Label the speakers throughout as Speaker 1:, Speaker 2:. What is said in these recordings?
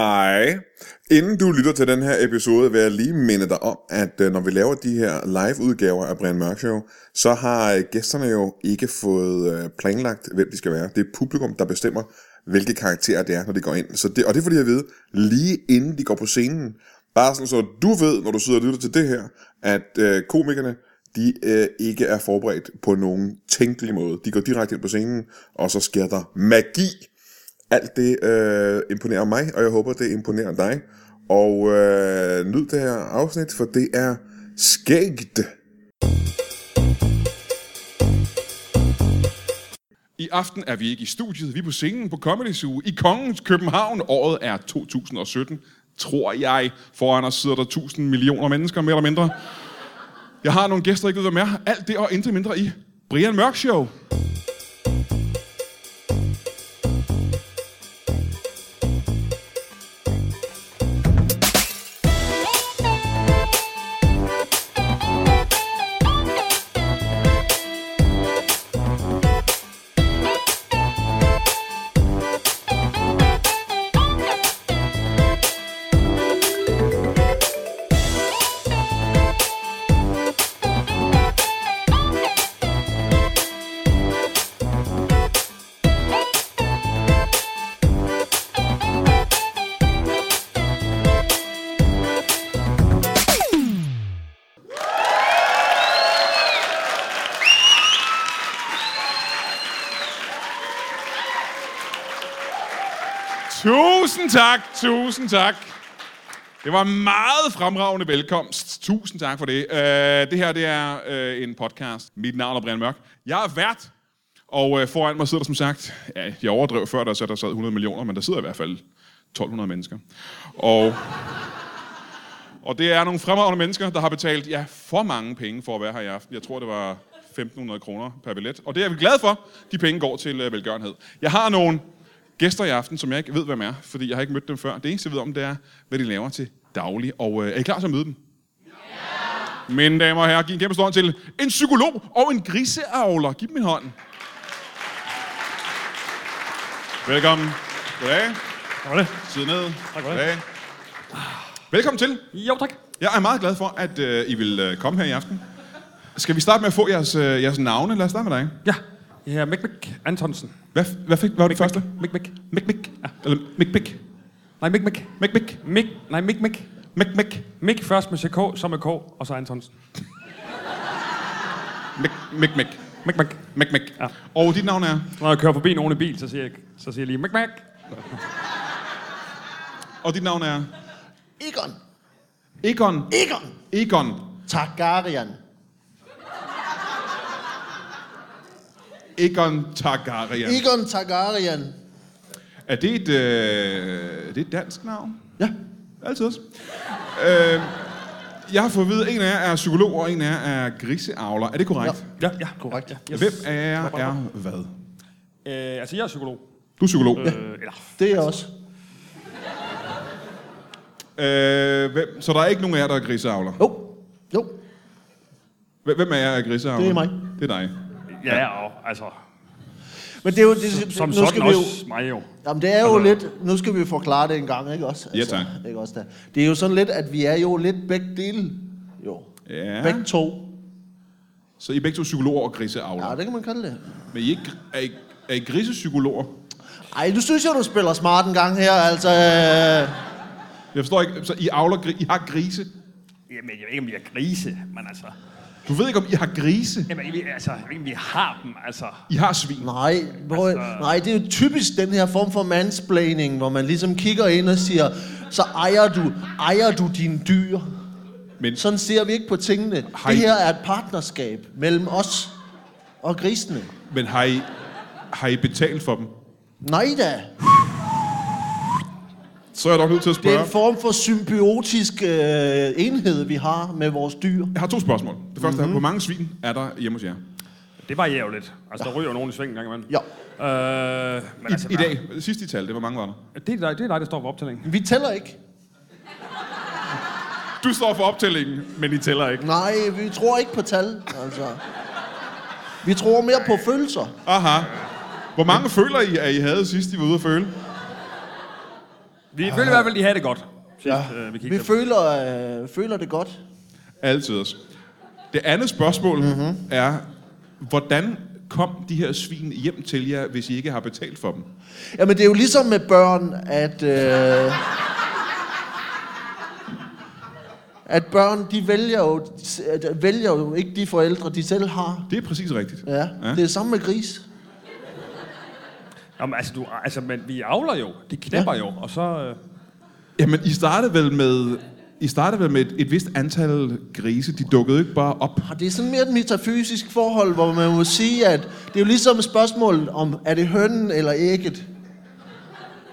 Speaker 1: Hej. Inden du lytter til den her episode, vil jeg lige minde dig om, at øh, når vi laver de her live-udgaver af Brian Mørk Show, så har øh, gæsterne jo ikke fået øh, planlagt, hvem de skal være. Det er publikum, der bestemmer, hvilke karakterer det er, når de går ind. Så det, og det får de at vide lige inden de går på scenen. Bare sådan, så du ved, når du sidder og lytter til det her, at øh, komikerne, de øh, ikke er forberedt på nogen tænkelig måde. De går direkte ind på scenen, og så sker der magi. Alt det øh, imponerer mig, og jeg håber, det imponerer dig. Og øh, nyd det her afsnit, for det er skægt.
Speaker 2: I aften er vi ikke i studiet, vi er på scenen på Comedy Zoo i Kongens København. Året er 2017, tror jeg. Foran os sidder der 1000 millioner mennesker, mere eller mindre. Jeg har nogle gæster, der ikke ved, hvem er. Alt det og intet mindre i Brian Mørk Show. Tusind tak, tusind tak. Det var en meget fremragende velkomst. Tusind tak for det. Uh, det her det er uh, en podcast. Mit navn er Brian Mørk. Jeg er vært, og uh, foran mig sidder der som sagt... Ja, jeg overdrev før, der sad, der sad 100 millioner, men der sidder i hvert fald 1200 mennesker. Og, og det er nogle fremragende mennesker, der har betalt ja, for mange penge for at være her i aften. Jeg tror, det var 1500 kroner per billet. Og det er vi glade for. De penge går til uh, velgørenhed. Jeg har nogle gæster i aften, som jeg ikke ved, hvem er, fordi jeg har ikke mødt dem før. Det eneste, jeg ved om, det er, hvad de laver til daglig. Og øh, er I klar til at møde dem? Ja! Mine damer og herrer, giv en kæmpe stor hånd til en psykolog og en griseavler. Giv dem en hånd. Velkommen. Goddag.
Speaker 3: Var det?
Speaker 2: Sid ned.
Speaker 3: for det.
Speaker 2: Goddag. Velkommen til.
Speaker 3: Jo, tak.
Speaker 2: Jeg er meget glad for, at øh, I vil øh, komme her i aften. Skal vi starte med at få jeres, øh, jeres navne? Lad os starte med dig.
Speaker 3: Ja, jeg hedder Mik Mik Antonsen.
Speaker 2: Hvad, hvad, fik, hvad var det første?
Speaker 3: Mik Mik.
Speaker 2: Mik, mik. Eller mik, mik.
Speaker 3: Nej, Mik Mik.
Speaker 2: Mik, mik.
Speaker 3: Mik, nej, Mik Mik.
Speaker 2: Mik, mik.
Speaker 3: Mik først med CK, så med K, og så Antonsen.
Speaker 2: Mik, mik, mik.
Speaker 3: Mik Mik.
Speaker 2: Mik, mik. Ja.
Speaker 3: Ja.
Speaker 2: Og dit navn er?
Speaker 3: Når jeg kører forbi nogen i bil, så siger jeg, så siger jeg lige Mik Mik.
Speaker 2: Og dit navn er?
Speaker 4: Egon.
Speaker 2: Egon.
Speaker 4: Egon.
Speaker 2: Egon.
Speaker 4: Targaryen.
Speaker 2: Egon Targaryen. Egon.
Speaker 4: Egon Targaryen.
Speaker 2: Er det et, øh, er det et dansk navn?
Speaker 4: Ja.
Speaker 2: Altid også. øh, jeg har fået at vide, at en af jer er psykolog, og en af jer er griseavler. Er det korrekt? Ja.
Speaker 3: Ja, ja, korrekt. Ja, yes.
Speaker 2: Hvem af jer er hvad?
Speaker 3: Øh, altså, jeg er psykolog.
Speaker 2: Du er psykolog. Ja.
Speaker 3: Øh, eller,
Speaker 4: Det er også.
Speaker 2: Øh, hvem, så der er ikke nogen af jer, der er griseavler?
Speaker 4: Jo. Jo.
Speaker 2: Hvem- Hvem af jer er griseavler?
Speaker 4: Det er mig.
Speaker 2: Det er dig.
Speaker 3: ja, og, altså,
Speaker 4: Men det er jo... Det,
Speaker 3: som
Speaker 4: nu
Speaker 3: sådan
Speaker 4: skal vi jo,
Speaker 3: også mig jo.
Speaker 4: jamen, det er jo
Speaker 3: Altså-
Speaker 4: lidt... Nu skal vi jo forklare det en gang, ikke også? Altså,
Speaker 2: Ja, tak.
Speaker 4: Ikke også der. Det er jo sådan lidt, at vi er jo lidt begge dele. Jo.
Speaker 2: Ja.
Speaker 4: Begge to.
Speaker 2: Så I er begge to psykologer og griseavler.
Speaker 4: Ja,
Speaker 2: Ja.
Speaker 4: det kan man kalde det.
Speaker 2: Men I er ikke, er I, er I grisepsykologer?
Speaker 4: Ej, du synes jo, du spiller smart en gang her, altså... Øh,
Speaker 2: Jeg forstår ikke, så I avler gri- I har grise?
Speaker 3: Jamen, jeg ved ikke, om vi er grise, men altså...
Speaker 2: Du ved ikke, om I har grise?
Speaker 3: Jamen, jeg ved, altså, jeg ved ikke, om vi har dem, altså...
Speaker 2: I har svin.
Speaker 4: nej, prøv,
Speaker 3: Altså-
Speaker 4: nej, det er jo typisk den her form for mansplaining, hvor man ligesom kigger ind og siger, så ejer du, ejer du dine dyr.
Speaker 2: Men
Speaker 4: Sådan ser vi ikke på tingene.
Speaker 2: Har
Speaker 4: Hej.
Speaker 2: I-
Speaker 4: Det her er et partnerskab mellem os og grisene.
Speaker 2: Men har I, har I betalt for dem?
Speaker 4: Nej da,
Speaker 2: Så er jeg nok nødt til at
Speaker 4: det
Speaker 2: spørge.
Speaker 4: er en form for symbiotisk øh, enhed, vi har med vores dyr.
Speaker 2: Jeg har to spørgsmål. Det første
Speaker 4: Mhm.
Speaker 2: mm-hmm. er, hvor mange svin er der hjemme hos jer?
Speaker 3: Det varierer jo lidt. Altså, der ryger jo nogen i svingen en gang imellem.
Speaker 4: Ja.
Speaker 3: Øh, men
Speaker 2: I,
Speaker 3: altså,
Speaker 2: I dag, sidst I talte, hvor mange var der?
Speaker 3: Det er dig, det er dig der står for optællingen.
Speaker 4: Vi tæller ikke.
Speaker 2: Du står for optællingen, men I tæller ikke.
Speaker 4: Nej, vi tror ikke på tal, altså. Vi tror mere på følelser.
Speaker 2: Aha. Hvor mange føler I, at I havde sidst, I var ude at føle?
Speaker 3: Vi føler i hvert fald, de havde det godt. Sidst, ja. øh, vi
Speaker 4: Vi
Speaker 3: kiggede.
Speaker 4: føler, øh, føler det godt.
Speaker 2: Altid også. Det andet spørgsmål
Speaker 4: Mhm.
Speaker 2: mm-hmm. er, hvordan kom de her svin hjem til jer, hvis I ikke har betalt for dem?
Speaker 4: Jamen, det er jo ligesom med børn, at... Øh, at børn, de vælger jo, de øh, vælger jo ikke de forældre, de selv har.
Speaker 2: Det er præcis rigtigt.
Speaker 4: Ja, ja. det er samme med gris.
Speaker 3: Jamen, altså, du, altså, men vi avler jo. De knæpper ja. jo. Og så... Øh,
Speaker 2: Jamen, I startede vel med, I startede vel med et, et vist antal grise. De dukkede ikke bare op.
Speaker 4: Og det er sådan mere et metafysisk forhold, hvor man må sige, at det er jo ligesom et spørgsmål om, er det hønnen eller ægget?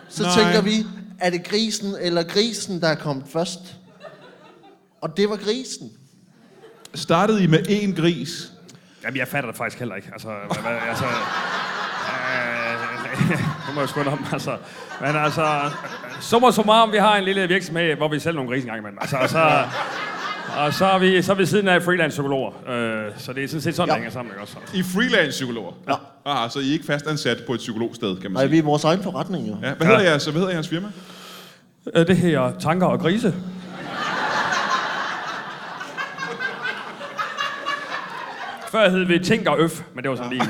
Speaker 4: Så
Speaker 2: Nej.
Speaker 4: Nej. tænker vi, er det grisen eller grisen, der er kommet først? Og det var grisen.
Speaker 2: Startede I med én gris?
Speaker 3: jamen, jeg fatter det faktisk heller ikke. Altså, hvad, hvad, altså... øh, Nu må jeg skynde om, altså. Men altså, summa summarum, vi har en lille virksomhed, hvor vi sælger nogle grise engang imellem. Altså, og så, og så er vi, så er vi siden af freelance-psykologer. Øh, så det er sådan set sådan,
Speaker 4: Ja.
Speaker 3: ja. det hænger sammen, ikke også? Altså.
Speaker 2: I er freelance-psykologer?
Speaker 4: Ja.
Speaker 2: Ah, så I er ikke fastansat på et psykologsted, kan man
Speaker 4: Nej,
Speaker 2: sige.
Speaker 4: vi er vores egen forretning jo.
Speaker 2: Ja, hvad, hedder jeres, hvad hedder jeres firma?
Speaker 3: Øh, det her tanker og grise. Før hed vi Tænk og Øf, men det var sådan lige...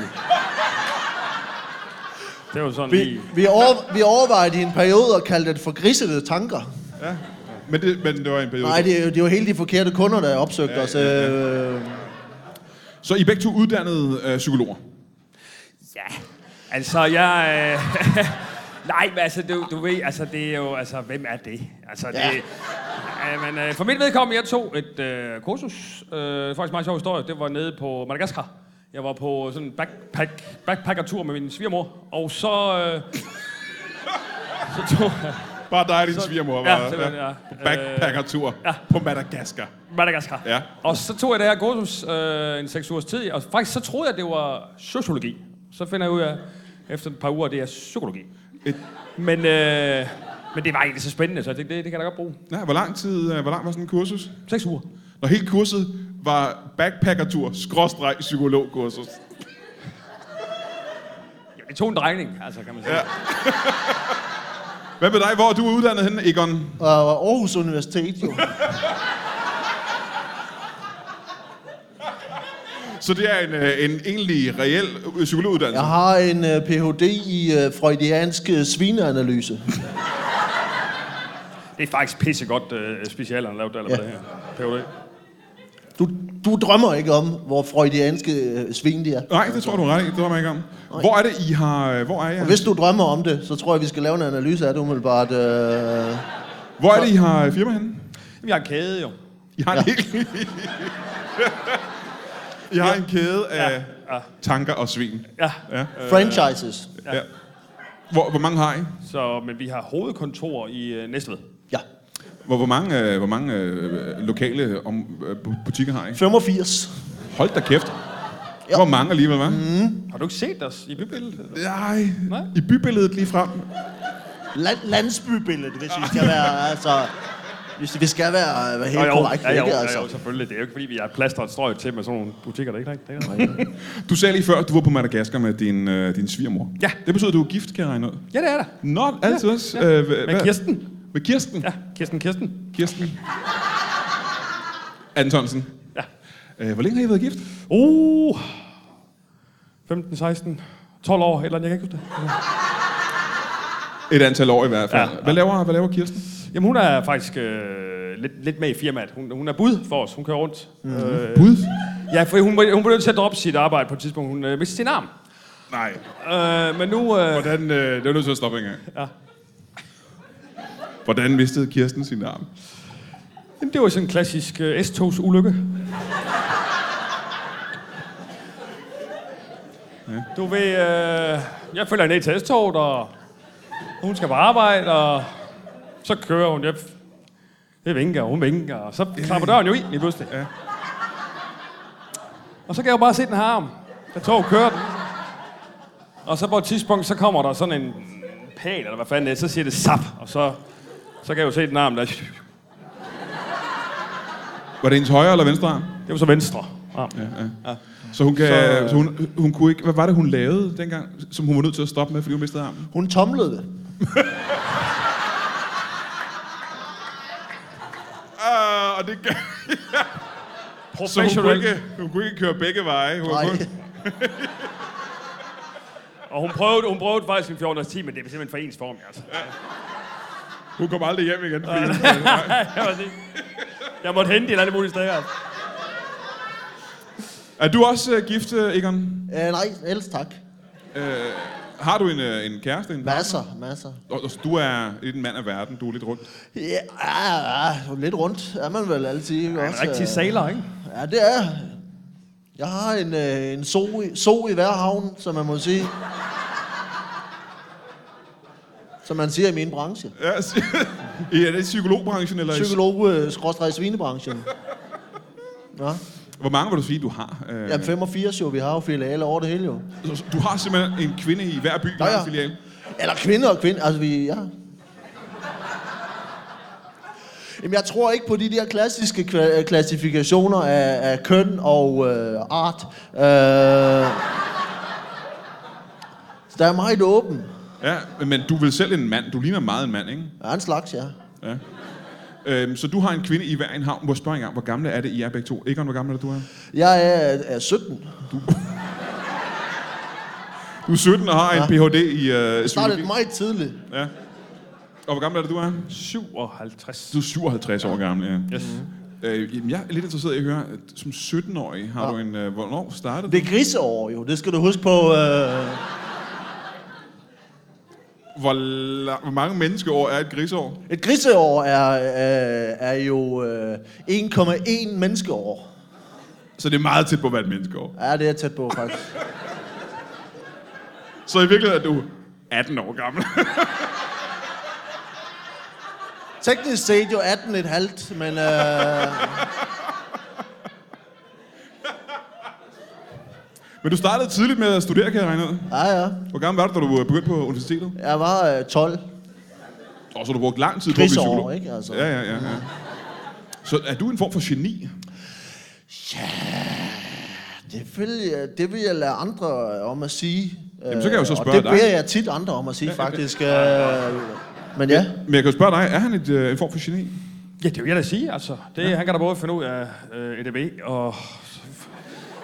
Speaker 3: Det var sådan
Speaker 4: Vi,
Speaker 3: lige...
Speaker 4: vi, over, vi overvejede i en periode at kalde det for grisede tanker.
Speaker 2: Men det, men det var en periode.
Speaker 4: Nej, det, er jo- det var helt de forkerte kunder, der opsøgte os. Øh,
Speaker 2: Så I er begge to uddannede øh, psykologer?
Speaker 3: Ja, altså jeg... Øh, nej, men altså, du, du ved, altså det er jo... Altså, hvem er det? Altså, det...
Speaker 4: Ja.
Speaker 3: Øh, men øh, for mit vedkommende, jeg tog et øh, kursus. Øh, faktisk en meget sjov historie. Det var nede på Madagaskar. Jeg var på sådan en backpack, backpackertur med min svigermor. Og så... Øh, så tog jeg...
Speaker 2: Bare dig og din svigermor var
Speaker 3: ja, simpelthen, ja.
Speaker 2: på backpackertur øh, ja. på Madagaskar.
Speaker 3: Madagaskar.
Speaker 2: Ja.
Speaker 3: Og så tog jeg det her kursus øh, en seks ugers tid, og faktisk så troede jeg, det var sociologi. Så finder jeg ud af, efter et par uger, det er psykologi.
Speaker 2: Et,
Speaker 3: Men, øh, men det var egentlig så spændende, så jeg tænkte, det, det kan jeg da godt bruge.
Speaker 2: nej, hvor lang tid, øh, hvor lang var sådan en kursus?
Speaker 3: Seks uger.
Speaker 2: Når hele kurset var backpackertur, skråstreg psykologkursus.
Speaker 3: Ja, det tog en drejning, altså kan man sige. Ja.
Speaker 2: Hvad med dig? Hvor er du uddannet henne, Egon?
Speaker 4: og Aarhus Universitet jo.
Speaker 2: Så det er en, øh, en egentlig reel øh, psykologuddannelse?
Speaker 4: Jeg har en øh, Ph.D. i øh, freudiansk øh, svineanalyse.
Speaker 3: Det er faktisk pissegodt øh, specialer, han lavede der, eller
Speaker 4: Ja.
Speaker 3: ja. det her. PhD.
Speaker 4: Du, du drømmer ikke om, hvor freudianske øh, svin de er.
Speaker 2: Nej, det tror du ret i. Det tror jeg ikke om. Hvor er det, I har... øh, Hvor er,
Speaker 4: Og
Speaker 2: jeg?
Speaker 4: hvis du drømmer om det, så tror jeg, vi skal lave en analyse af det umiddelbart. Øh,
Speaker 2: Hvor er det, I har øh, firma henne?
Speaker 3: Vi har en kæde jo.
Speaker 2: I har en hel... I har en kæde af
Speaker 3: Ja.
Speaker 2: tanker og svin.
Speaker 3: Ja,
Speaker 2: Ja.
Speaker 4: franchises.
Speaker 2: ja. Hvor, hvor mange har I?
Speaker 3: så, men vi har hovedkontor i øh, Næstved.
Speaker 4: Ja.
Speaker 2: Hvor, hvor mange, øh, hvor mange øh, lokale om, øh, bu- butikker har I?
Speaker 4: 85.
Speaker 2: Hold da kæft. Ja. Hvor mange alligevel, hva'? Mm.
Speaker 3: Har du ikke set os i bybilledet?
Speaker 2: Nej.
Speaker 3: Nej.
Speaker 2: I bybilledet lige frem.
Speaker 4: Land, landsbybillede, hvis vi skal være, altså... Hvis vi skal være, øh, være helt
Speaker 3: Nå, jo.
Speaker 4: korrekt,
Speaker 3: ja, jo,
Speaker 4: ikke?
Speaker 3: ja,
Speaker 4: Altså.
Speaker 3: jo, selvfølgelig. Det er jo ikke, fordi vi har plastret strøg til med sådan nogle butikker, der ikke rigtigt. Det er der.
Speaker 2: Du sagde lige før, at du var på Madagaskar med din, øh, din svigermor.
Speaker 3: Ja.
Speaker 2: Det betyder, at du er gift, kan jeg regne ud.
Speaker 3: ja, det er der.
Speaker 2: Nå, altid ja. også.
Speaker 3: ja.
Speaker 2: Øh, hva-
Speaker 3: Med
Speaker 2: hva-
Speaker 3: Kirsten.
Speaker 2: Med Kirsten.
Speaker 3: Ja, Kirsten Kirsten.
Speaker 2: Kirsten. Antonsen.
Speaker 3: Ja.
Speaker 2: Øh, hvor længe har I været gift?
Speaker 3: Uh. 15, 16, 12 år, et eller andet, jeg kan ikke huske det.
Speaker 2: Et antal år i hvert fald.
Speaker 3: Ja.
Speaker 2: Hvad, laver, hvad laver Kirsten?
Speaker 3: Jamen, hun er faktisk øh, lidt, lidt med i firmaet. Hun, hun er bud for os. Hun kører rundt. Mm. Øh,
Speaker 2: Bud?
Speaker 3: ja, for hun, var- hun blev nødt til at droppe sit arbejde på et tidspunkt. Hun øh, mistede sin arm.
Speaker 2: Nej.
Speaker 3: Øh, men nu... Øh,
Speaker 2: Hvordan, øh, det er nødt til at stoppe engang.
Speaker 3: Ja.
Speaker 2: Hvordan mistede Kirsten sin arm?
Speaker 3: jamen, det var sådan en klassisk øh, S-togs ulykke. Du ved, øh, jeg følger ned til S-toget, og hun skal på arbejde, og så kører hun. Jeg, jeg vinker, og hun vinker, og så klapper døren jo i lige pludselig.
Speaker 2: Ja.
Speaker 3: Og så kan jeg jo bare se den her arm, da toget kørte. Og så på et tidspunkt, så kommer der sådan en pæl, eller hvad fanden det er, så siger det sap, og så, så kan jeg jo se den arm, der
Speaker 2: Var det hendes højre eller venstre arm?
Speaker 3: Det var så venstre arm. Ja.
Speaker 2: Så hun, kan, så,
Speaker 3: Så-
Speaker 2: så hun, hun kunne ikke... Hvad var det, hun lavede dengang, som hun var nødt til at stoppe med, fordi hun mistede armen?
Speaker 4: Hun tomlede det.
Speaker 2: og det gør... Så hun kunne,
Speaker 3: Professionel.
Speaker 2: ikke, hun kunne ikke køre begge veje. Hun
Speaker 4: Nej.
Speaker 2: kunne,
Speaker 3: Og hun prøvede, hun prøvede faktisk en 14 10, men det er simpelthen for ens form, altså.
Speaker 2: hun kom aldrig hjem igen. Fordi,
Speaker 3: Jeg, må sige, jeg måtte hente et alle mulige steder. altså.
Speaker 2: er du også uh, gift, øh, Egon?
Speaker 4: Øh, nej, ellers tak.
Speaker 2: Har du en, øh, en kæreste? En
Speaker 4: Masser, masser.
Speaker 2: Og- og Du er en mand af verden. Du er lidt rundt.
Speaker 4: Ja, ja, ja, lidt rundt er man vel altid. Ikke?
Speaker 3: Han er rigtig
Speaker 2: Altså-
Speaker 4: øh,
Speaker 3: sailor, ikke?
Speaker 4: Ja, det er jeg. Jeg har en, øh, en so, i, so i hver havn, som man må sige. Som man siger i min branche.
Speaker 2: Ja, s- I er det i psykologbranchen? Eller i-
Speaker 4: øh, Psykolog-svinebranchen. Ja.
Speaker 2: Hvor mange vil du sige, du har? Øh,
Speaker 4: Jamen 85 jo, vi har jo filialer over det hele jo.
Speaker 2: så- Du har simpelthen en kvinde i hver by, hver
Speaker 4: ja.
Speaker 2: filial.
Speaker 4: Eller kvinder og kvinder, altså vi, ja. Jamen, jeg tror ikke på de der klassiske kva- klassifikationer af, af køn og øh, art. Øh, så der er meget åben.
Speaker 2: Ja, men du er vel selv en mand. Du ligner meget en mand, ikke?
Speaker 4: Ja, en slags, ja.
Speaker 2: Ja. Øhm, så du har en kvinde i hver en havn. Må jeg spørge engang, hvor gamle er det, I er begge to? Egon, hvor gammel er du er?
Speaker 4: Jeg er, er 17.
Speaker 2: Du er 17 og har en Ph.D. i øh, psykologi.
Speaker 4: Startede meget tidligt.
Speaker 2: Ja. Og hvor gammel er det, du er?
Speaker 3: 57.
Speaker 2: Du er 57 år gammel, ja.
Speaker 3: Yes.
Speaker 2: Øh, jamen, jeg er lidt interesseret i at høre, at som 17-årig har
Speaker 4: Ja.
Speaker 2: du en... Øh, hvornår startede
Speaker 4: Det er griseår jo, det skal du huske på. Øh,
Speaker 2: Hvor, la- hvor mange menneskeår er et grisår?
Speaker 4: et griseår er, øh, er jo øh, 1,1 menneskeår.
Speaker 2: Så det er meget tæt på at være et menneskeår.
Speaker 4: Ja, det er tæt på faktisk.
Speaker 2: Så i virkeligheden er du 18 år gammel.
Speaker 4: Teknisk set jo 18 et halvt, men... Øh,
Speaker 2: Men du startede tidligt med at studere, kan jeg regne ud.
Speaker 4: ja, ja.
Speaker 2: Hvor gammel var du, da du øh, begyndte på universitetet?
Speaker 4: Jeg var øh, 12.
Speaker 2: Og så har du brugt lang tid på at blive
Speaker 4: Krigsår,
Speaker 2: psykolog.
Speaker 4: ikke? Altså.
Speaker 2: Ja, ja, ja, ja. Så er du en form for geni?
Speaker 4: Det vil, jeg, det vil jeg lade andre øh, om at sige. Jamen,
Speaker 2: så kan jeg jo så spørge
Speaker 4: og det
Speaker 2: dig.
Speaker 4: beder jeg tit andre om at sige, faktisk. Øh, men ja,
Speaker 2: Men jeg kan jo spørge dig, er han et, øh, en form for geni?
Speaker 3: Ja, det vil jeg da sige, altså. Det, ja. Han kan da både finde ud af øh, EDB, og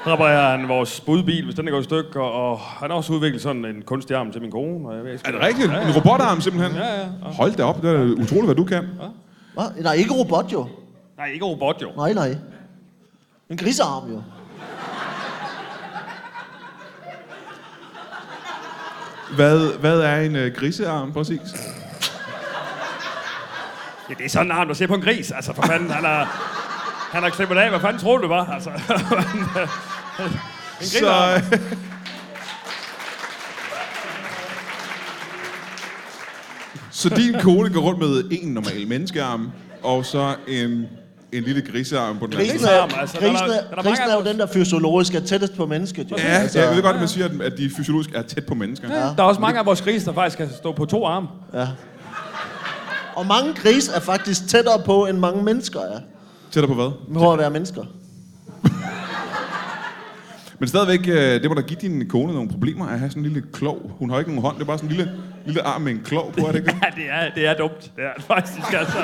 Speaker 3: så reparerer han vores budbil, hvis den er gået i stykker, og han har også udviklet sådan en kunstig arm til min kone. Og jeg ved, ikke-
Speaker 2: Er det rigtigt? Ja, ja. En robotarm simpelthen?
Speaker 3: Ja, ja. Og...
Speaker 2: Hold da op, det er da utroligt, hvad du kan.
Speaker 4: Hva? nej, ikke robot jo.
Speaker 3: Nej, ikke robot, jo.
Speaker 4: Nej, nej. En grisearm jo.
Speaker 2: Hvad, hvad er en øh, grisearm præcis?
Speaker 3: Ja, det er sådan en arm, du ser på en gris. Altså, for fanden, han er... Han har klippet af. Hvad fanden troede du, det var? Altså, en
Speaker 2: Så,
Speaker 3: grisearm.
Speaker 2: øh, så din kone går rundt med en normal menneskearm, og så en, en lille grisearm på den anden
Speaker 4: Grisen
Speaker 2: side.
Speaker 4: er,
Speaker 3: Grisearm, altså, der er-
Speaker 4: grisen
Speaker 3: der er
Speaker 4: er,
Speaker 3: mange
Speaker 4: grisen er jo
Speaker 3: andre-
Speaker 4: den, der fysiologisk er tættest på mennesket. Jo. Altså,
Speaker 2: Ja, ja, jeg ved godt, at man siger, at- at de fysiologisk er tæt på mennesker.
Speaker 3: Der er også mange af vores grise, der faktisk kan stå på to arme.
Speaker 4: Og mange gris er faktisk tættere på, end mange mennesker er.
Speaker 2: Tættere på hvad?
Speaker 4: Prøv at være mennesker.
Speaker 2: Men stadigvæk, øh, det må da give din kone nogle problemer at have sådan en lille klov. Hun har ikke nogen hånd, det er bare sådan en lille, lille arm med en klov på, er det ikke det?
Speaker 3: Ja, det er, det er dumt. Det er det faktisk, altså.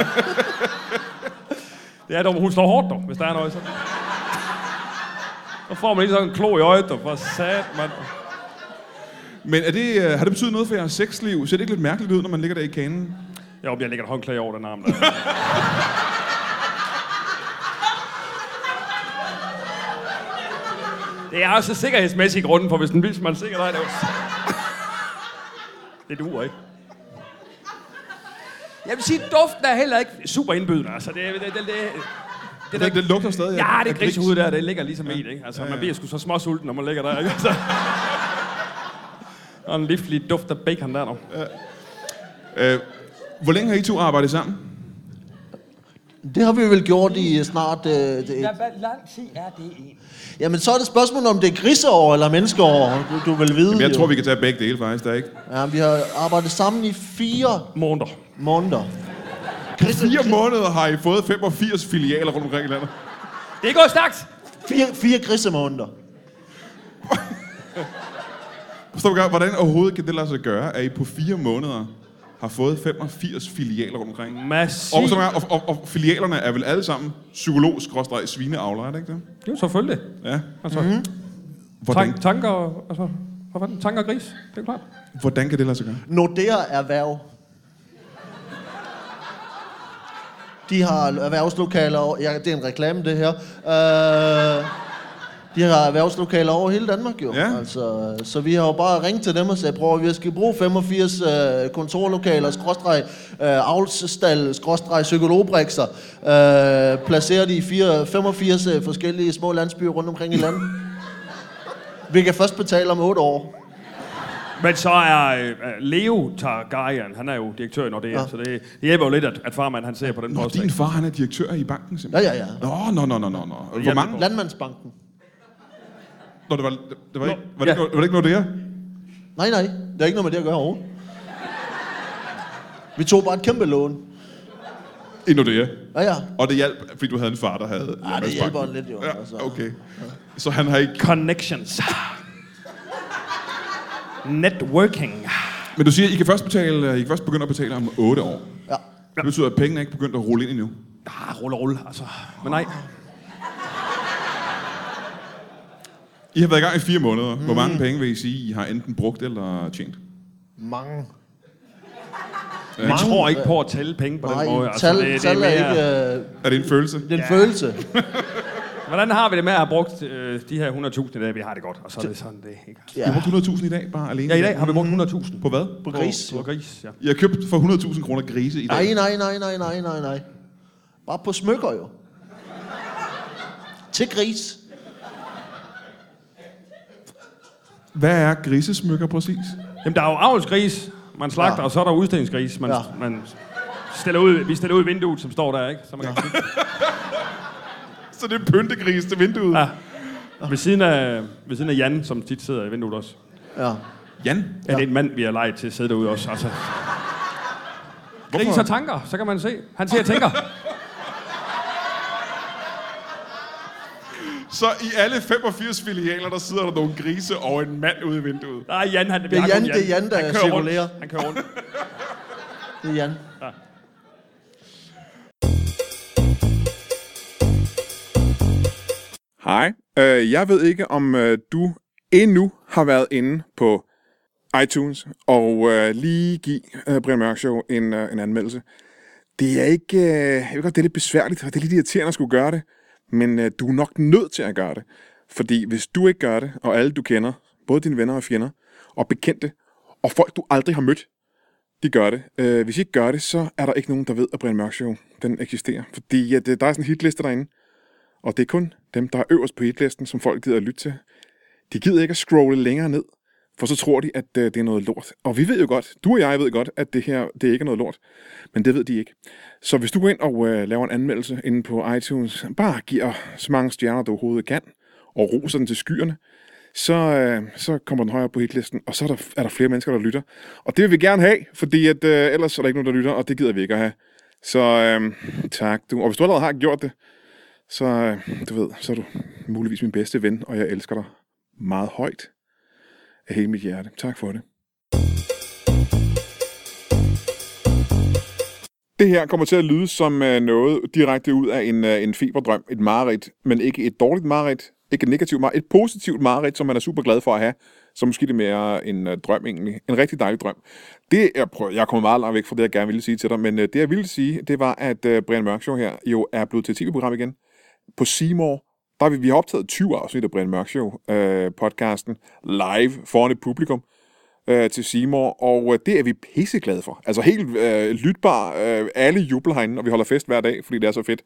Speaker 3: det er dumt. Hun slår hårdt, dog, hvis der er noget sådan. Så får man lige sådan en klo i øjet, dog. For sat, mand.
Speaker 2: Men er det, øh, har det betydet noget for jeres sexliv? Ser det ikke lidt mærkeligt ud, når man ligger der i kanen?
Speaker 3: Jo, men jeg lægger et håndklæde over den arm altså. der. Det er også sikkerhedsmæssige grunde, for hvis den vildt, man sikker dig, det er jo- Det duer ikke. Jeg vil sige, duften er heller ikke super indbydende. Altså, det, det, det, det, det,
Speaker 2: Den, den lugter stadig. af-
Speaker 3: Ja, det
Speaker 2: af
Speaker 3: er grisehud der, det ligger ligesom ja. i det, ikke? Altså, ja, ja. man bliver sgu så småsulten, når man ligger der, ikke? Altså. Og en livlig duft af bacon der, dog.
Speaker 2: Øh, hvor længe har I to arbejdet sammen?
Speaker 4: Det har vi vel gjort i øh, snart... Øh, det,
Speaker 5: Ja, hvor lang tid er det egentlig?
Speaker 4: Jamen, så er det spørgsmålet, om det er griseår eller menneskeår. Du, du vil vide
Speaker 2: Men jeg
Speaker 4: jo.
Speaker 2: tror, vi kan tage begge dele faktisk, der er ikke?
Speaker 4: Ja, vi har arbejdet sammen i fire
Speaker 3: Måneder.
Speaker 4: måneder. Grise,
Speaker 2: Fire måneder har I fået 85 filialer rundt omkring i landet.
Speaker 3: Det er gået stærkt!
Speaker 4: fire, fire grisemåneder.
Speaker 2: Forstår du godt, hvordan overhovedet kan det lade sig gøre, at I på fire måneder har fået 85 filialer rundt omkring.
Speaker 3: Massiv.
Speaker 2: Og, som er, og, og, og filialerne er vel alle sammen psykolog-svineavler, er det ikke det?
Speaker 3: Jo, selvfølgelig.
Speaker 2: Ja.
Speaker 3: Altså, mm-hmm.
Speaker 2: Mhm. Hvordan,
Speaker 3: tank, tanker, og- altså, hvad fanden, tanker og gris, det er jo klart.
Speaker 2: hvordan kan det lade sig gøre?
Speaker 4: Nordea Erhverv. De har erhvervslokaler over... Ja, det er en reklame, det her. Øh, de har erhvervslokaler over hele Danmark, jo.
Speaker 2: Ja.
Speaker 4: Altså, så vi har jo bare ringet til dem og sagt, prøv at vi skal bruge 85 øh, kontorlokaler, skråstreg, øh, avlsstal, skråstreg, psykologbrikser. Øh, placerer de i fire, 85 øh, forskellige små landsbyer rundt omkring i landet. Vi kan først betale om 8 år.
Speaker 3: Men så er øh, øh, Leo Targaryen, han er jo direktør i Nordea, ja.
Speaker 4: Ja.
Speaker 3: så det, det hjælper jo lidt, at, at farmand han ser på den
Speaker 2: Nå,
Speaker 3: post.
Speaker 2: din far, han er direktør i banken
Speaker 4: Ja,
Speaker 2: simpelthen.
Speaker 4: ja, ja.
Speaker 2: Nå, nå, nå, nå, nå, nå. Hvor mange?
Speaker 4: Landmandsbanken.
Speaker 2: Nå, det var, det, det var,
Speaker 3: Nå,
Speaker 2: ikke, var, det,
Speaker 3: ja.
Speaker 2: ikke, var det ikke noget det her?
Speaker 4: Nej, nej. Det har ikke noget med det at gøre overhovedet. Vi tog bare et kæmpe lån.
Speaker 2: Endnu det her.
Speaker 4: Ja, ja.
Speaker 2: Og det hjalp, fordi du havde en far, der havde...
Speaker 4: Ah, det hjælper lidt jo. altså.
Speaker 2: Ja, okay. Så han har ikke...
Speaker 3: Connections. Networking.
Speaker 2: Men du siger, at I kan først, betale, I kan først begynde at betale om 8 år.
Speaker 4: Ja.
Speaker 2: Det betyder, at pengene er ikke begyndt at rulle ind endnu.
Speaker 3: Ah, rulle, rulle, altså. Men nej.
Speaker 2: I har været i gang i fire måneder. Hvor
Speaker 3: Mm.
Speaker 2: mange penge vil I sige, I har enten brugt eller tjent?
Speaker 4: Mange.
Speaker 3: Vi tror ikke på at tælle penge på
Speaker 4: Nej,
Speaker 3: den måde. Altså,
Speaker 4: tal, tal er, ikke... Øh,
Speaker 2: Er det en følelse?
Speaker 4: det er en ja. følelse.
Speaker 3: Hvordan har vi det med at have brugt øh, de her 100.000 i dag? Vi har det godt, og så er det sådan, det ikke
Speaker 2: Ja.
Speaker 4: Ja.
Speaker 2: I har brugt 100.000 i dag, bare alene?
Speaker 3: Ja, i dag har vi brugt 100.000.
Speaker 2: På hvad?
Speaker 4: På gris.
Speaker 3: På, på gris, ja.
Speaker 2: I har købt for 100.000 kroner grise i dag.
Speaker 4: Nej, nej, nej, nej, nej, nej, nej. Bare på smykker jo. Til gris.
Speaker 2: Hvad er grisesmykker præcis?
Speaker 3: Jamen, der er jo avlsgris, man slagter, ja.
Speaker 4: Ja.
Speaker 3: og så er der udstillingsgris, man, ja.
Speaker 4: Ja.
Speaker 3: man stiller ud, vi stiller ud i vinduet, som står der, ikke? Så man kan kigge.
Speaker 2: Så det er pyntegris til vinduet.
Speaker 3: Ja. Ved siden, af, ved siden af Jan, som tit sidder i vinduet også.
Speaker 4: Ja.
Speaker 2: Jan,
Speaker 3: Ja. Er det en mand, vi har leget til at sidde derude også? Altså. Gris og tanker, så kan man se. Han ser og tænker.
Speaker 2: så i alle 85 filialer, der sidder der nogle grise og en mand ude i vinduet.
Speaker 3: Nej, Jan, han, vi
Speaker 4: Det er
Speaker 3: har
Speaker 4: Jan,
Speaker 3: kun
Speaker 4: det er Jan, der
Speaker 3: han kører
Speaker 4: cirkulerer.
Speaker 3: rundt. Han kører rundt.
Speaker 4: Det er Jan.
Speaker 1: Hej. Øh, jeg ved ikke, om øh, du endnu har været inde på iTunes og øh, lige give øh, Brian Mørk Show en, øh, en anmeldelse. Det er ikke... Øh, jeg ved godt, det er lidt besværligt, og det er lidt irriterende at skulle gøre det, men øh, du er nok nødt til at gøre det. Fordi hvis du ikke gør det, og alle du kender, både dine venner og fjender, og bekendte, og folk du aldrig har mødt, de gør det. Øh, hvis I ikke gør det, så er der ikke nogen, der ved, at Brian Mørk Show den eksisterer. Fordi at, øh, der er sådan en hitliste derinde, og det er kun dem, der er øverst på hitlisten, som folk gider at lytte til. De gider ikke at scrolle længere ned, for så tror de, at øh, det er noget lort. Og vi ved jo godt, du og jeg ved godt, at det her det ikke er noget lort. Men det ved de ikke. Så hvis du går ind og øh, laver en anmeldelse inde på iTunes, bare giver så mange stjerner, du overhovedet kan, og roser den til skyerne, så, øh, så kommer den højere på hitlisten, og så er der, er der flere mennesker, der lytter. Og det vil vi gerne have, fordi at, øh, ellers er der ikke nogen, der lytter, og det gider vi ikke at have. Så øh, tak du. Og hvis du allerede har gjort det, så øh, du ved, så er du muligvis min bedste ven, og jeg elsker dig meget højt af hele mit hjerte. Tak for det. Det her kommer til at lyde som øh, noget direkte ud af en, øh, en feberdrøm, et mareridt, men ikke et dårligt mareridt, ikke et negativt mareridt, et positivt mareridt, som man er super glad for at have, som måske det er mere en øh, drøm egentlig, en rigtig dejlig drøm. Det er, prøv, jeg er kommet meget langt væk fra det, jeg gerne ville sige til dig, men øh, det jeg ville sige, det var, at øh, Brian Mørk Show her jo er blevet til et tv-program igen på Seymour, der har vi, vi har optaget 20 afsnit af Brian Mørk Show, øh, podcasten, live foran et publikum øh, til Seymour, og øh, det er vi pisseglade for. Altså helt øh, lytbar, øh, alle jubler herinde, og vi holder fest hver dag, fordi det er så fedt.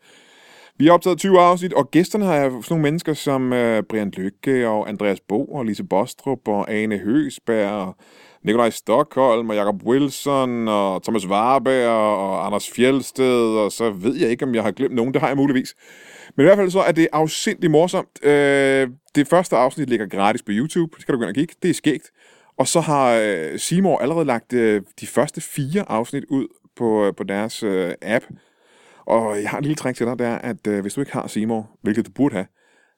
Speaker 1: Vi har optaget 20 afsnit, og gæsterne har jeg sådan nogle mennesker som øh, Brian Lykke og Andreas Bo og Lise Bostrup og Ane Høsberg og Nikolaj Stockholm og Jacob Wilson og Thomas Warberg og Anders Fjeldsted, og så ved jeg ikke, om jeg har glemt nogen. Det har jeg muligvis. Men i hvert fald så er det afsindig morsomt. Øh, det første afsnit ligger gratis på YouTube. Det kan du gå ind og kigge. Det er skægt. Og så har øh, Seymour allerede lagt øh, de første fire afsnit ud på, øh, på deres øh, app. Og jeg har en lille trick til dig, det er, at øh, hvis du ikke har Seymour, hvilket du burde have,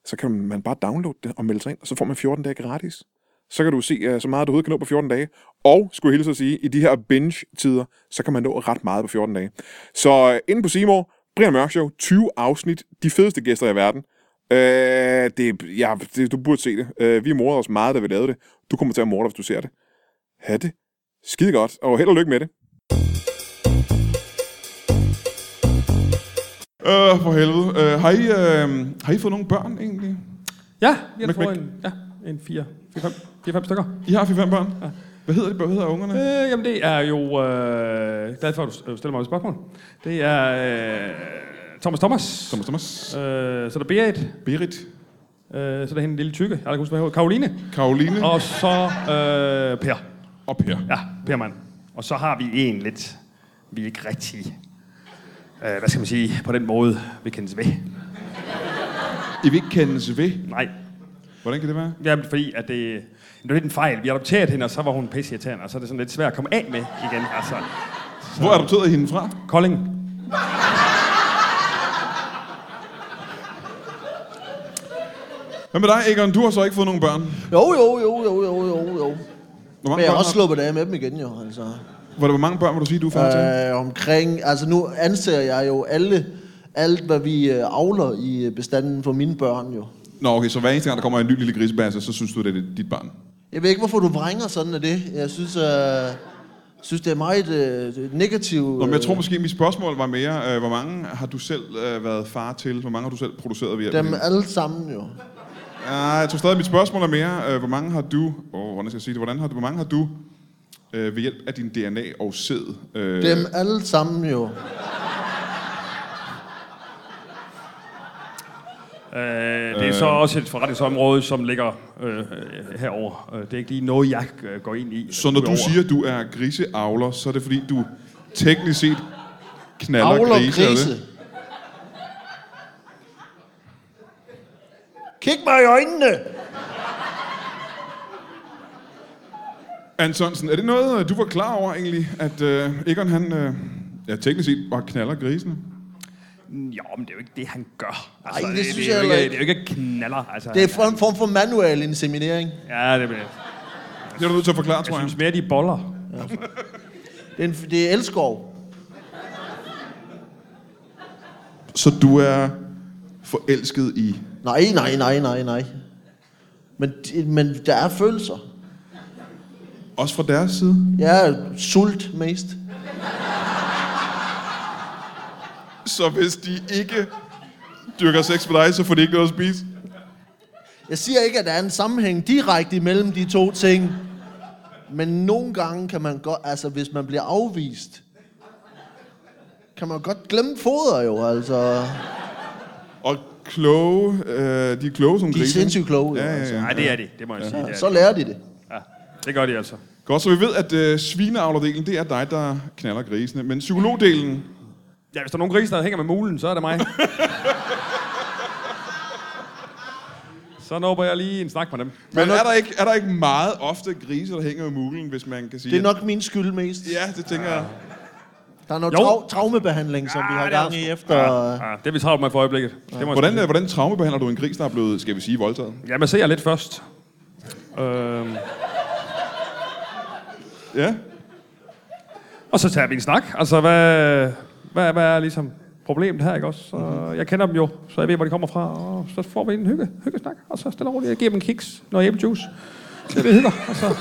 Speaker 1: så kan man bare downloade det og melde sig ind, og så får man 14 dage gratis. så kan du se øh, så meget, du overhovedet kan nå på 14 dage. Og, skulle jeg hilse at sige, i de her binge-tider, så kan man nå ret meget på 14 dage. Så øh, inde på Seymour, Brian Mørk Show, 20 afsnit, de fedeste gæster i verden. Øh, det, ja, det, du burde se det. Øh, vi morder os meget, da vi lavede det. Du kommer til at morde dig, hvis du ser det. Ha' det skide godt, og held og lykke med det.
Speaker 2: Øh, for helvede. Øh, har, I, øh, har I fået nogle børn egentlig?
Speaker 3: Ja, vi har
Speaker 2: Mik,
Speaker 3: fået
Speaker 2: mik.
Speaker 3: en, ja, en 4, 5, 4, 5 stykker.
Speaker 2: I har 4-5 børn? Ja. Hvad hedder de? Hvad hedder ungerne?
Speaker 3: Øh, jamen det er jo... Øh, glad for, at du s- øh, stiller mig et spørgsmål. Det er øh, Thomas Thomas.
Speaker 2: Thomas, Thomas,
Speaker 3: Øh, så er der Berit.
Speaker 2: Berit,
Speaker 3: Øh, så er der hende den lille tykke. Jeg kan ikke huske, hvad hun hedder. Karoline.
Speaker 2: Karoline og,
Speaker 3: Og så øh, Per.
Speaker 2: og Per.
Speaker 3: Ja, Per mand. Og så har vi en lidt... Vi er ikke rigtig... Øh, hvad skal man sige? På den måde, vi kendes ved.
Speaker 2: I vil ikke kendes ved.
Speaker 3: Nej.
Speaker 2: Hvordan kan det være?
Speaker 3: Jamen, fordi at det, det var lidt en fejl. Vi adopterede hende, og så var hun pisseirriterende, og så er det sådan lidt svært at komme af med igen. Altså,
Speaker 2: Hvor adopterede I hende fra?
Speaker 3: Kolding.
Speaker 2: Hvad med dig, Egon? Du har så ikke fået nogen børn.
Speaker 4: Jo, jo, jo, jo, jo, jo, jo.
Speaker 2: Hvor
Speaker 4: Men
Speaker 2: mange,
Speaker 4: jeg
Speaker 2: børn,
Speaker 4: har også
Speaker 2: har,
Speaker 4: sluppet af med dem igen, jo, altså.
Speaker 2: hvor, hvor mange børn vil du sige, du er far til?
Speaker 4: Øh, omkring, altså nu anser jeg jo alle, alt hvad vi øh, avler i øh, bestanden for mine børn, jo.
Speaker 2: Nå, okay, så hver eneste gang, der kommer en ny lille grisebasse, så synes du, det er dit barn.
Speaker 4: Jeg ved ikke, hvorfor du vrænger sådan af det. Jeg synes, øh, synes det er meget øh, negativt.
Speaker 2: Nå, men jeg tror måske, mit spørgsmål var mere, øh, hvor mange har du selv øh, været far til? Hvor mange har du selv produceret ved hjælp af
Speaker 4: Dem
Speaker 2: hende?
Speaker 4: alle sammen, jo.
Speaker 2: Ja, jeg tror stadig, mit spørgsmål er mere, øh, hvor mange har du... Åh, hvordan skal jeg sige det? Hvordan har du, hvor mange har du øh, ved hjælp af din DNA og sæd? Øh,
Speaker 4: Dem alle sammen, jo.
Speaker 3: Øh, det er så også et forretningsområde, som ligger øh, øh, herover. Øh, Det er ikke lige noget, jeg øh, går ind i.
Speaker 2: Så når du
Speaker 3: udover-
Speaker 2: siger, at du er griseavler, så er det fordi, du teknisk set knaller
Speaker 4: Avler
Speaker 2: grise. er det?
Speaker 4: grise. Kig mig i øjnene!
Speaker 2: Antonsen, er det noget, øh, du var klar over egentlig, at øh, Egon han, øh, ja, teknisk set bare knaller grisene?
Speaker 3: Jo, men det er jo ikke det, han gør.
Speaker 4: Ej, det synes
Speaker 3: er
Speaker 4: jeg
Speaker 3: jo
Speaker 4: heller ikke.
Speaker 3: ikke. Det er jo ikke knaller. Altså,
Speaker 4: Det er en form for manuel inseminering.
Speaker 3: Ja, det er det.
Speaker 2: Det er du nødt til at forklare,
Speaker 3: Jeg
Speaker 2: tror jeg.
Speaker 3: synes mere, de er boller.
Speaker 4: Det er, en, det er elskov.
Speaker 2: Så du er forelsket i...
Speaker 4: Nej, nej, nej, nej, nej. Men, de- men der er følelser.
Speaker 2: Også fra deres side?
Speaker 4: Jeg er sult mest.
Speaker 2: Så hvis de ikke dyrker sex med dig, så får de ikke noget at spise?
Speaker 4: Jeg siger ikke, at der er en sammenhæng direkte imellem de to ting. Men nogle gange kan man godt, altså hvis man bliver afvist, kan man godt glemme foder jo, altså.
Speaker 2: Og kloge, øh, de er kloge som
Speaker 4: De er
Speaker 2: grise.
Speaker 4: sindssygt kloge. jo,
Speaker 2: Ja, ja,
Speaker 4: altså.
Speaker 2: ja.
Speaker 3: Nej, det er de. Det må jeg sige. det er
Speaker 4: Så
Speaker 3: de.
Speaker 4: lærer de det.
Speaker 3: Ja, det gør de altså.
Speaker 2: Godt, så vi ved, at øh, svineavlerdelen, det er dig, der knaller grisene. Men psykologdelen,
Speaker 3: Ja, hvis der er nogen grise, der hænger med mulen, så er det mig. så nupper jeg lige en snak med dem.
Speaker 2: Men er der, ikke, er der ikke meget ofte grise, der hænger i mulen, hvis man kan sige...
Speaker 4: Det er
Speaker 2: at-
Speaker 4: nok min skyld mest.
Speaker 2: Ja, det tænker jeg.
Speaker 4: Der er noget
Speaker 3: Jo.
Speaker 4: trau- traumebehandling, som vi har
Speaker 3: det er
Speaker 4: gang
Speaker 3: der
Speaker 4: i
Speaker 3: sgu.
Speaker 4: efter...
Speaker 3: Ja, det er vi travlt med for øjeblikket. Det må jeg
Speaker 2: Hvordan, øh, hvordan traumebehandler du en gris, der er blevet, skal vi sige, voldtaget?
Speaker 3: Ja, man ser lidt først. Øhm,
Speaker 2: Ja.
Speaker 3: og så tager vi en snak. Altså, hvad, hvad, hvad er ligesom problemet her, ikke også? Og jeg kender dem jo, så jeg ved, hvor de kommer fra. Og så får vi en hygge, hyggesnak, og så stille og roligt. Jeg giver dem en kiks, noget æblejuice. Så det hygger, og så,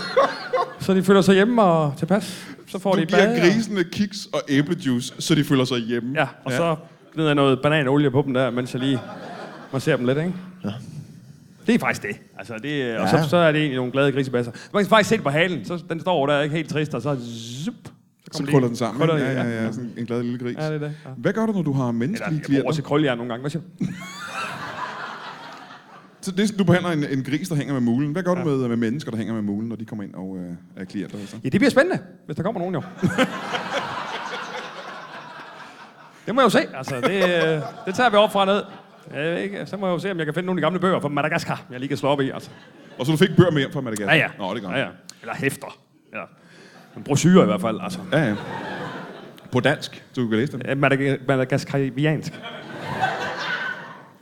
Speaker 3: så de føler sig hjemme og tilpas. Så får de
Speaker 2: Du
Speaker 3: et bad.
Speaker 2: giver
Speaker 3: og-
Speaker 2: grisene kiks og æblejuice, så de føler sig hjemme.
Speaker 3: Ja, og ja. så glider jeg noget bananolie på dem der, mens jeg lige masserer dem lidt, ikke? Ja. Det er faktisk det. Altså, det øh, og så, så er det egentlig nogle glade grisebasser. Man kan faktisk se det på halen. Så den står over der, ikke helt trist, og så... Zup,
Speaker 2: Så
Speaker 3: kommer de-
Speaker 2: krøller den sammen.
Speaker 3: krøller
Speaker 2: ikke?
Speaker 3: de,
Speaker 2: Ja, ja, ja. Sådan en glad lille gris.
Speaker 3: Ja, det er det. Ja.
Speaker 2: Hvad gør du, når du har
Speaker 3: Eller,
Speaker 2: menneskelige
Speaker 3: jeg bruger også
Speaker 2: klienter?
Speaker 3: krøljern nogle gange. Hvad siger du?
Speaker 2: Så det, du behandler en, en gris, der hænger med mulen. Hvad gør du med, med mennesker, der hænger med mulen, når de kommer ind og øh, er klienter? Altså?
Speaker 3: Ja, det bliver spændende, hvis der kommer nogen jo. det må jeg jo se. Altså, det, øh, det tager vi op fra og ned. Jeg ved ikke, så må jeg jo se, om jeg kan finde nogle af de gamle bøger fra Madagaskar, jeg lige kan slå op i. Altså.
Speaker 2: Og så du fik bøger med hjem fra Madagaskar?
Speaker 3: Ja, ja.
Speaker 2: Nå, det gør
Speaker 3: ja, ja. Eller hæfter. Eller en brochure i hvert fald. Altså.
Speaker 2: ja, ja. På dansk, så du kan læse dem.
Speaker 3: Øh, Madaga- Madagaskariansk.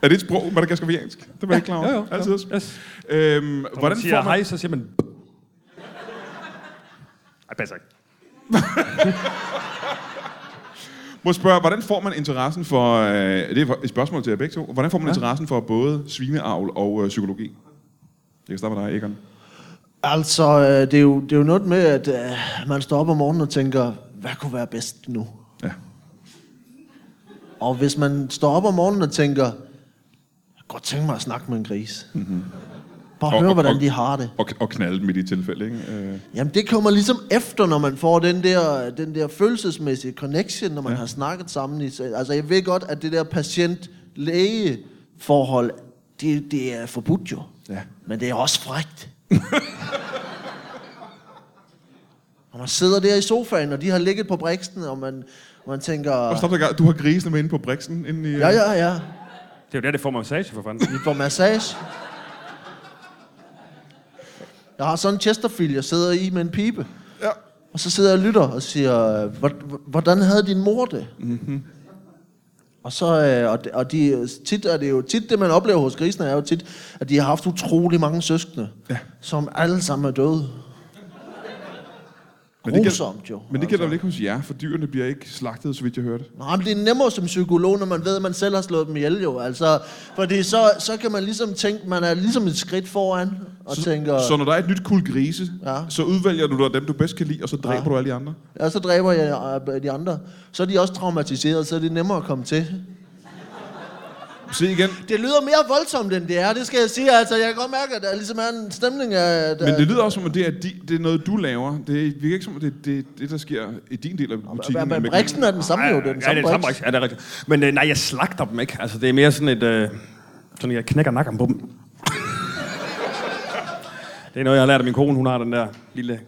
Speaker 2: Er det et sprog, madagaskariansk? Det var jeg ikke klar over.
Speaker 3: jo, jo, jo.
Speaker 2: Altid.
Speaker 3: Yes.
Speaker 2: Øhm,
Speaker 3: Hvordan
Speaker 2: hvordan
Speaker 3: man siger
Speaker 2: får
Speaker 3: man... hej,
Speaker 2: man...
Speaker 3: så siger man... Ej, passer ikke.
Speaker 2: Må jeg spørge, hvordan får man interessen for... Øh, det er et spørgsmål til jer begge to. Hvordan får man ja? interessen for både svineavl og øh, psykologi? Jeg kan starte med dig, Egon.
Speaker 4: Altså, øh, det er, jo, det er jo noget med, at øh, man står op om morgenen og tænker, hvad kunne være bedst nu?
Speaker 2: Ja.
Speaker 4: Og hvis man står op om morgenen og tænker, jeg kunne godt tænke mig at snakke med en gris. Mm-hmm. Bare
Speaker 2: Og-
Speaker 4: høre,
Speaker 2: og-
Speaker 4: hvordan
Speaker 2: og-
Speaker 4: de har det.
Speaker 2: Og, og knalde dem i de tilfælde, ikke? Øh,
Speaker 4: Jamen, det kommer ligesom efter, når man får den der, den der følelsesmæssige connection, når man ja. har snakket sammen. I, altså, jeg ved godt, at det der patient-læge-forhold, det, det er forbudt jo.
Speaker 2: Ja.
Speaker 4: Men det er også frægt. og man sidder der i sofaen, og de har ligget på briksten, og man, og man tænker...
Speaker 2: og stop dig i gang. Du har grisene med inde på briksen. Inde i, øh,
Speaker 4: Ja, ja, ja.
Speaker 3: Det er jo der, det får massage for fanden.
Speaker 4: Vi får massage. Jeg har sådan en Chesterfield, jeg sidder i med en pibe.
Speaker 2: øh, ja.
Speaker 4: Og så sidder jeg og lytter og siger, "Hvor- hvor- hvordan havde din mor det? Mm-hmm. Og så, øh, og, de- og de, tit er det jo, tit det man oplever hos grisene er jo tit, at de har haft utrolig mange søskende, ja. som alle sammen er døde.
Speaker 2: Men det gælder,
Speaker 4: Grusomt jo. Altså-
Speaker 2: men det gælder vel ikke hos jer, for dyrene bliver ikke slagtet, så vidt jeg hørte.
Speaker 4: Nej, men det er nemmere som psykolog, når man ved, at man selv har slået dem ihjel jo. Altså, fordi så, så kan man ligesom tænke, man er ligesom et skridt foran, og så, tænker,
Speaker 2: Så når der er et nyt kul grise, ja.
Speaker 4: Ja.
Speaker 2: så udvælger du dig dem, du bedst kan lide, og så dræber ja. du alle de andre.
Speaker 4: ja, så dræber jeg øh, de andre. Så er de også traumatiseret, så er det nemmere at komme til.
Speaker 2: Se igen.
Speaker 4: Det lyder mere voldsomt, end det er, det skal jeg sige. Altså, jeg kan godt mærke, at der ligesom er en stemning af... øh,
Speaker 2: Men det lyder også som, at det er, di, det er noget, du laver. Det er virker ikke som, at det er det, det, der sker i din del af butikken.
Speaker 4: men
Speaker 2: med-
Speaker 4: Brixen er den samme jo, det er den
Speaker 3: ja, det
Speaker 4: samme
Speaker 3: er den
Speaker 4: briks.
Speaker 3: samme briks. Ja, det er rigtigt. Men øh, nej, jeg slagter dem ikke. Altså, det er mere sådan et... Øh, sådan, jeg knækker nakken på dem. det er noget, jeg har lært af min kone. Hun har den der lille...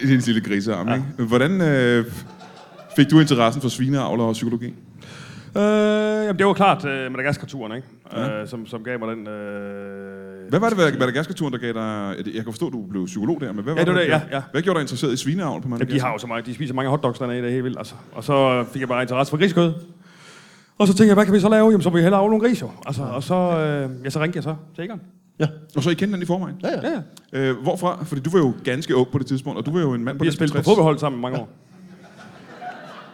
Speaker 2: I din lille grisearm, ja. ikke? Hvordan øh, fik du interessen for svineavler og psykologi?
Speaker 3: Øh, jamen, det var klart øh, Madagaskar-turen, ikke? Ja. Øh, som, som gav mig den... Øh,
Speaker 2: Hvad var det ved Madagaskar-turen, der gav dig... Jeg kan forstå, at du blev psykolog der, men hvad var
Speaker 3: Ja, det var
Speaker 2: der
Speaker 3: det,
Speaker 2: gav-
Speaker 3: ja, ja.
Speaker 2: Hvad gjorde dig interesseret i svineavl på Madagaskar?
Speaker 3: Jamen, de har jo så mange, de spiser mange hotdogs dernede, det er helt vildt, altså. Og så fik jeg bare interesse for griskød. Og så tænkte jeg, hvad kan vi så lave? Jamen, så må vi hellere afle nogle gris, jo. Altså, og så, øh, ja, så ringte jeg så til Egon.
Speaker 4: Ja.
Speaker 2: Og så I kendte den i forvejen?
Speaker 4: Ja, ja.
Speaker 3: Ja, ja.
Speaker 2: Øh, hvorfra? Fordi du var jo ganske ung på det tidspunkt, og du var jo en mand på
Speaker 3: Vi har
Speaker 2: næsten
Speaker 3: spillet på
Speaker 2: 60.
Speaker 3: fodboldhold sammen i mange år.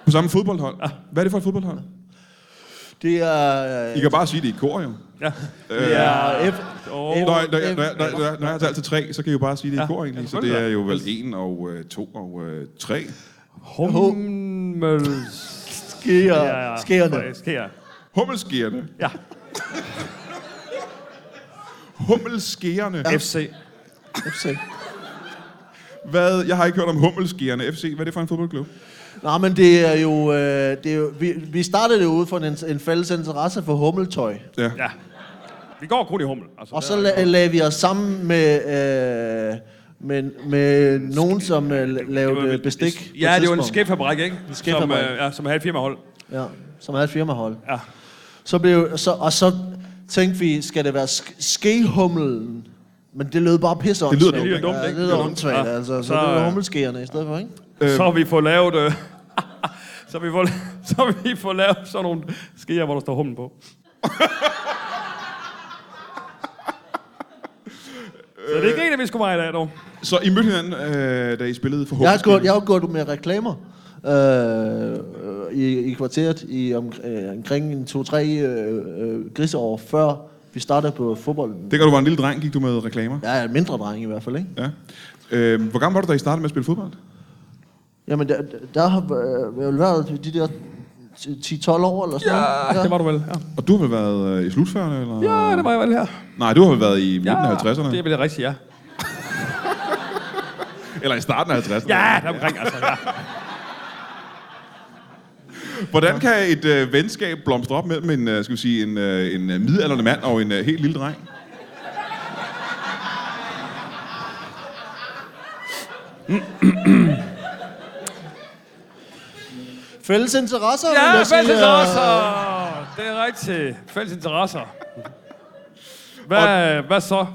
Speaker 2: På samme fodboldhold? Hvad er det for et fodboldhold?
Speaker 4: Øh, Det er...
Speaker 2: I
Speaker 4: Øh,
Speaker 2: kan bare sige det i kor, jo.
Speaker 3: Ja.
Speaker 4: det er F,
Speaker 3: Åh.
Speaker 4: F,
Speaker 2: Når, når, jeg-
Speaker 4: F-
Speaker 2: når, jeg- når, jeg- når, jeg- når jeg tager til tre, så kan I jo bare sige det i
Speaker 3: Ja,
Speaker 2: kor,
Speaker 3: ja,
Speaker 2: egentlig. Så det
Speaker 3: selvfølgelig.
Speaker 2: er jo vel en og øh, to og øh, tre.
Speaker 3: Hummels...
Speaker 4: sker, skærende.
Speaker 3: Skære.
Speaker 2: Hummelskerne.
Speaker 3: Ja.
Speaker 2: Hummelskerne.
Speaker 3: FC.
Speaker 4: FC.
Speaker 2: Hvad? Jeg har ikke hørt om Hummelskerne FC. Hvad er det for en fodboldklub?
Speaker 4: Nej, men det er jo... Øh, det er jo vi, vi startede det ud for en, en fælles interesse for hummeltøj.
Speaker 2: Ja.
Speaker 3: Ja. Vi går kun i hummel. Altså,
Speaker 4: Og så
Speaker 3: der-
Speaker 4: la- lagde vi os sammen med... Øh, med, med nogen, som øh,
Speaker 3: det var
Speaker 4: lavede
Speaker 3: vel-
Speaker 4: bestik. på et
Speaker 3: Ja, det var en
Speaker 4: tidspunkt.
Speaker 3: skæbfabrik, ikke? En
Speaker 4: skæbfabrik.
Speaker 3: Som, øh, ja, som havde et firmahold.
Speaker 4: Ja, som havde et firmahold.
Speaker 3: Ja.
Speaker 4: Så blev, så, og så tænkte vi, skal det være sk- skehumlen? Men det lød bare pisse
Speaker 2: lyder dumt,
Speaker 4: åndssvagt.
Speaker 2: ikke?
Speaker 4: Ja, det
Speaker 3: Det lyder
Speaker 4: lyder
Speaker 3: dumt.
Speaker 4: åndssvagt,
Speaker 3: Ja.
Speaker 4: altså. Så,
Speaker 3: Så,
Speaker 4: det
Speaker 3: øh,
Speaker 4: var hummelskeerne i stedet for, ikke?
Speaker 3: Så har vi fået lavet... Øh, så har vi får, så har vi får lavet sådan nogle skeer, hvor der står humlen på. så det griner vi sgu meget i dag, dog.
Speaker 2: Så I mødte hinanden, øh, da I spillede for
Speaker 4: Jeg har,
Speaker 2: Hummelskerne?
Speaker 4: gået, jeg har gået med reklamer øh, i, i kvarteret i om, øh, omkring en 2-3 øh, øh, griseår, før vi startede på fodbolden.
Speaker 2: Det gør du var en lille dreng, gik du med reklamer?
Speaker 4: Jeg er en mindre dreng i hvert fald, ikke?
Speaker 2: Ja. Øh, hvor gammel var du, da I startede med at spille fodbold?
Speaker 4: Jamen, der, der har øh, vel været de der 10-12 år eller sådan noget.
Speaker 3: det var du vel. Ja,
Speaker 2: Og du har vel været øh, i slutførende? Eller?
Speaker 3: ja det var jeg vel her.
Speaker 2: Nej, du har vel været i midten af 50'erne?
Speaker 3: Det er vel rigtigt, ja.
Speaker 2: Eller i starten af 50'erne?
Speaker 3: Ja, der omkring altså. Ja.
Speaker 2: Hvordan kan et øh, venskab blomstre op mellem en, øh, skal vi sige, en, øh, en øh, midaldrende mand og en øh, helt lille dreng?
Speaker 4: Fælles interesser, vil
Speaker 3: Ja,
Speaker 4: jeg sige,
Speaker 3: fælles
Speaker 4: øh,
Speaker 3: interesser! Det er rigtigt. Fælles interesser. Hvad, hvad så?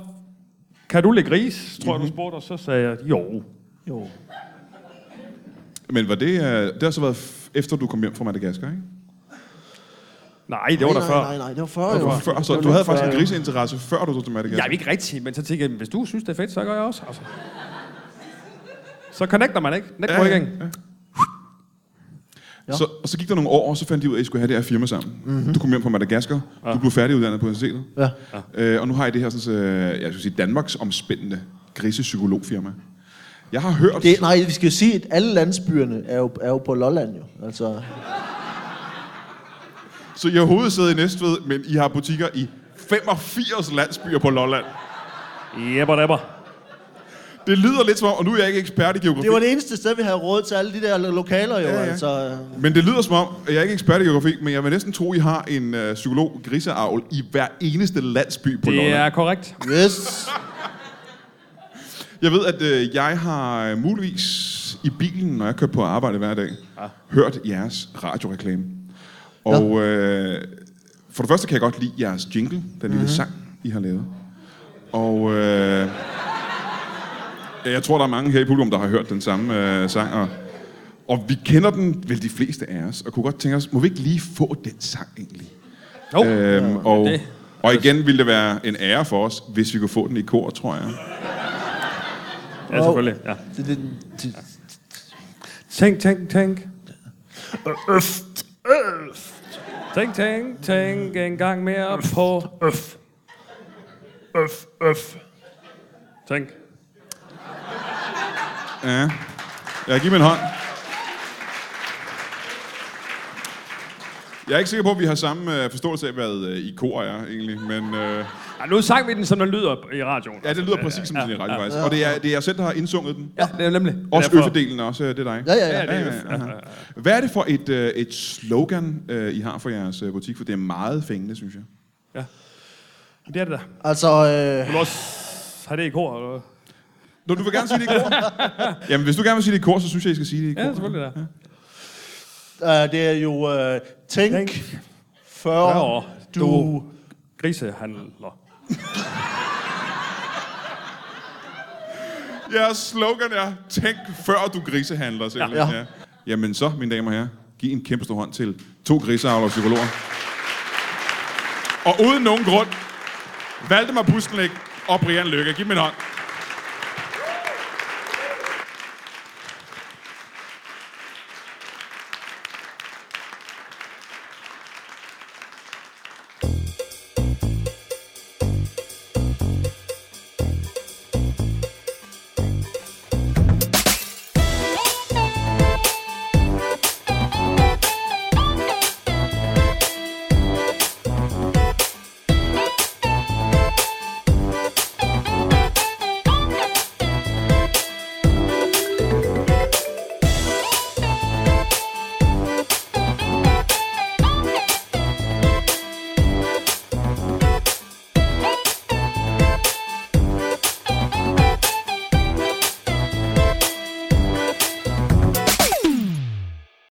Speaker 3: Kan du lide gris, tror jeg, du spurgte, og så sagde jeg, Mhm. jo.
Speaker 4: Jo.
Speaker 2: Men var det, øh, det har så været f- efter, du kom hjem fra Madagaskar, ikke?
Speaker 3: Nej, det var der
Speaker 4: nej,
Speaker 3: før.
Speaker 4: Nej, nej, det var før,
Speaker 2: Det
Speaker 4: jo.
Speaker 2: var før, så
Speaker 4: Det
Speaker 2: du
Speaker 4: var
Speaker 2: havde
Speaker 4: før,
Speaker 2: faktisk en
Speaker 4: jo.
Speaker 2: griseinteresse, før du tog til Madagaskar?
Speaker 3: Jeg er ikke rigtig, men så tænkte jeg, hvis du synes, det er fedt, så gør jeg også. Altså. Så connecter man, ikke? Næk
Speaker 2: Ja, ja,
Speaker 3: ryggen.
Speaker 2: Ja. Så, og så gik der nogle år, og så fandt de ud af, at I skulle have det her firma sammen. Mm-hmm. Du kom hjem fra Madagaskar, ja. du blev færdiguddannet på universitetet,
Speaker 4: Ja.
Speaker 2: øh, og nu har I det her sådan, øh, jeg skal sige, Danmarks omspændende grisepsykologfirma. Jeg har hørt...
Speaker 4: Det, nej, vi skal jo sige, at alle landsbyerne er jo, er jo på Lolland jo. Altså,
Speaker 2: Så I har hovedsæde i Næstved, men I har butikker i 85 landsbyer på Lolland.
Speaker 3: Jebber, dabber.
Speaker 2: Det lyder lidt som om, og nu er jeg ikke ekspert i geografi,
Speaker 4: det var det eneste sted, vi havde råd til alle de der lo- lokaler jo. Ja,
Speaker 2: ja.
Speaker 4: ja. Altså,
Speaker 2: men det lyder som om, og jeg er ikke ekspert i geografi, men jeg vil næsten tro, I har en øh, psykolog griseavl i hver eneste landsby på
Speaker 3: Det
Speaker 2: Lolland.
Speaker 3: er korrekt.
Speaker 4: yes.
Speaker 2: Jeg ved, at øh, jeg har øh, muligvis i bilen, når jeg kører på arbejde hver dag, ja. hørt jeres radioreklame. Og øh, for det første kan jeg godt lide jeres jingle, den mm-hmm. lille sang, I har lavet. Og øh, jeg tror, der er mange her i publikum, der har hørt den samme øh, sang. Og, og vi kender den vel de fleste af os, og kunne godt tænke os, må vi ikke lige få den sang egentlig?
Speaker 3: Jo.
Speaker 2: Øhm, og,
Speaker 3: det-
Speaker 2: og igen ville det være en ære for os, hvis vi kunne få den i kor, tror jeg.
Speaker 3: Ja, selvfølgelig. Ja.
Speaker 4: Det, det, det,
Speaker 3: Tænk, tænk, tænk. Øft, øft. Tænk, tænk, tænk en gang mere på... Øf. Øf, øf. Tænk.
Speaker 2: Ja. Jeg giver mig en hånd. Jeg er ikke sikker på, at vi har samme øh, forståelse af, hvad øh, i kor er, egentlig. Men øh,
Speaker 3: Ja, nu sang vi den, som den lyder i radioen.
Speaker 2: ja, det lyder præcis som det er radio, faktisk. Og det er, det er jeg selv, der har indsunget den.
Speaker 3: Ja, det er nemlig.
Speaker 2: Også
Speaker 3: Derfor-
Speaker 2: øffedelen er også, øh, det er dig.
Speaker 4: ja, ja, ja.
Speaker 3: Ja, det er øf.
Speaker 2: aha. Hvad er det for et, øh, et slogan, øh, I har for jeres øh, butik? For det er meget fængende, synes jeg.
Speaker 3: Ja. Det er det der.
Speaker 4: Altså, øh,
Speaker 3: Du også har det i kor, eller hvad?
Speaker 2: Nå, du vil gerne sige det i kor? Jamen, hvis du gerne vil sige det i kor, så synes jeg, I skal sige det i kor.
Speaker 3: Ja, selvfølgelig der.
Speaker 4: øh, det er jo... Øh, tænk,
Speaker 3: Tænk.
Speaker 4: tænk 40 år,
Speaker 3: 40 år,
Speaker 4: du...
Speaker 3: du-
Speaker 4: du
Speaker 3: Grisehandler.
Speaker 2: Jeres slogan er, tænk før du grisehandler, simpelthen. Ja.
Speaker 4: Ja.
Speaker 2: Ja. Jamen så, mine damer og herrer, giv en kæmpe stor hånd til to griseavlere og psykologer. Og uden nogen grund, Valdemar Bustenlæk og Brian Lykke. Giv dem en hånd.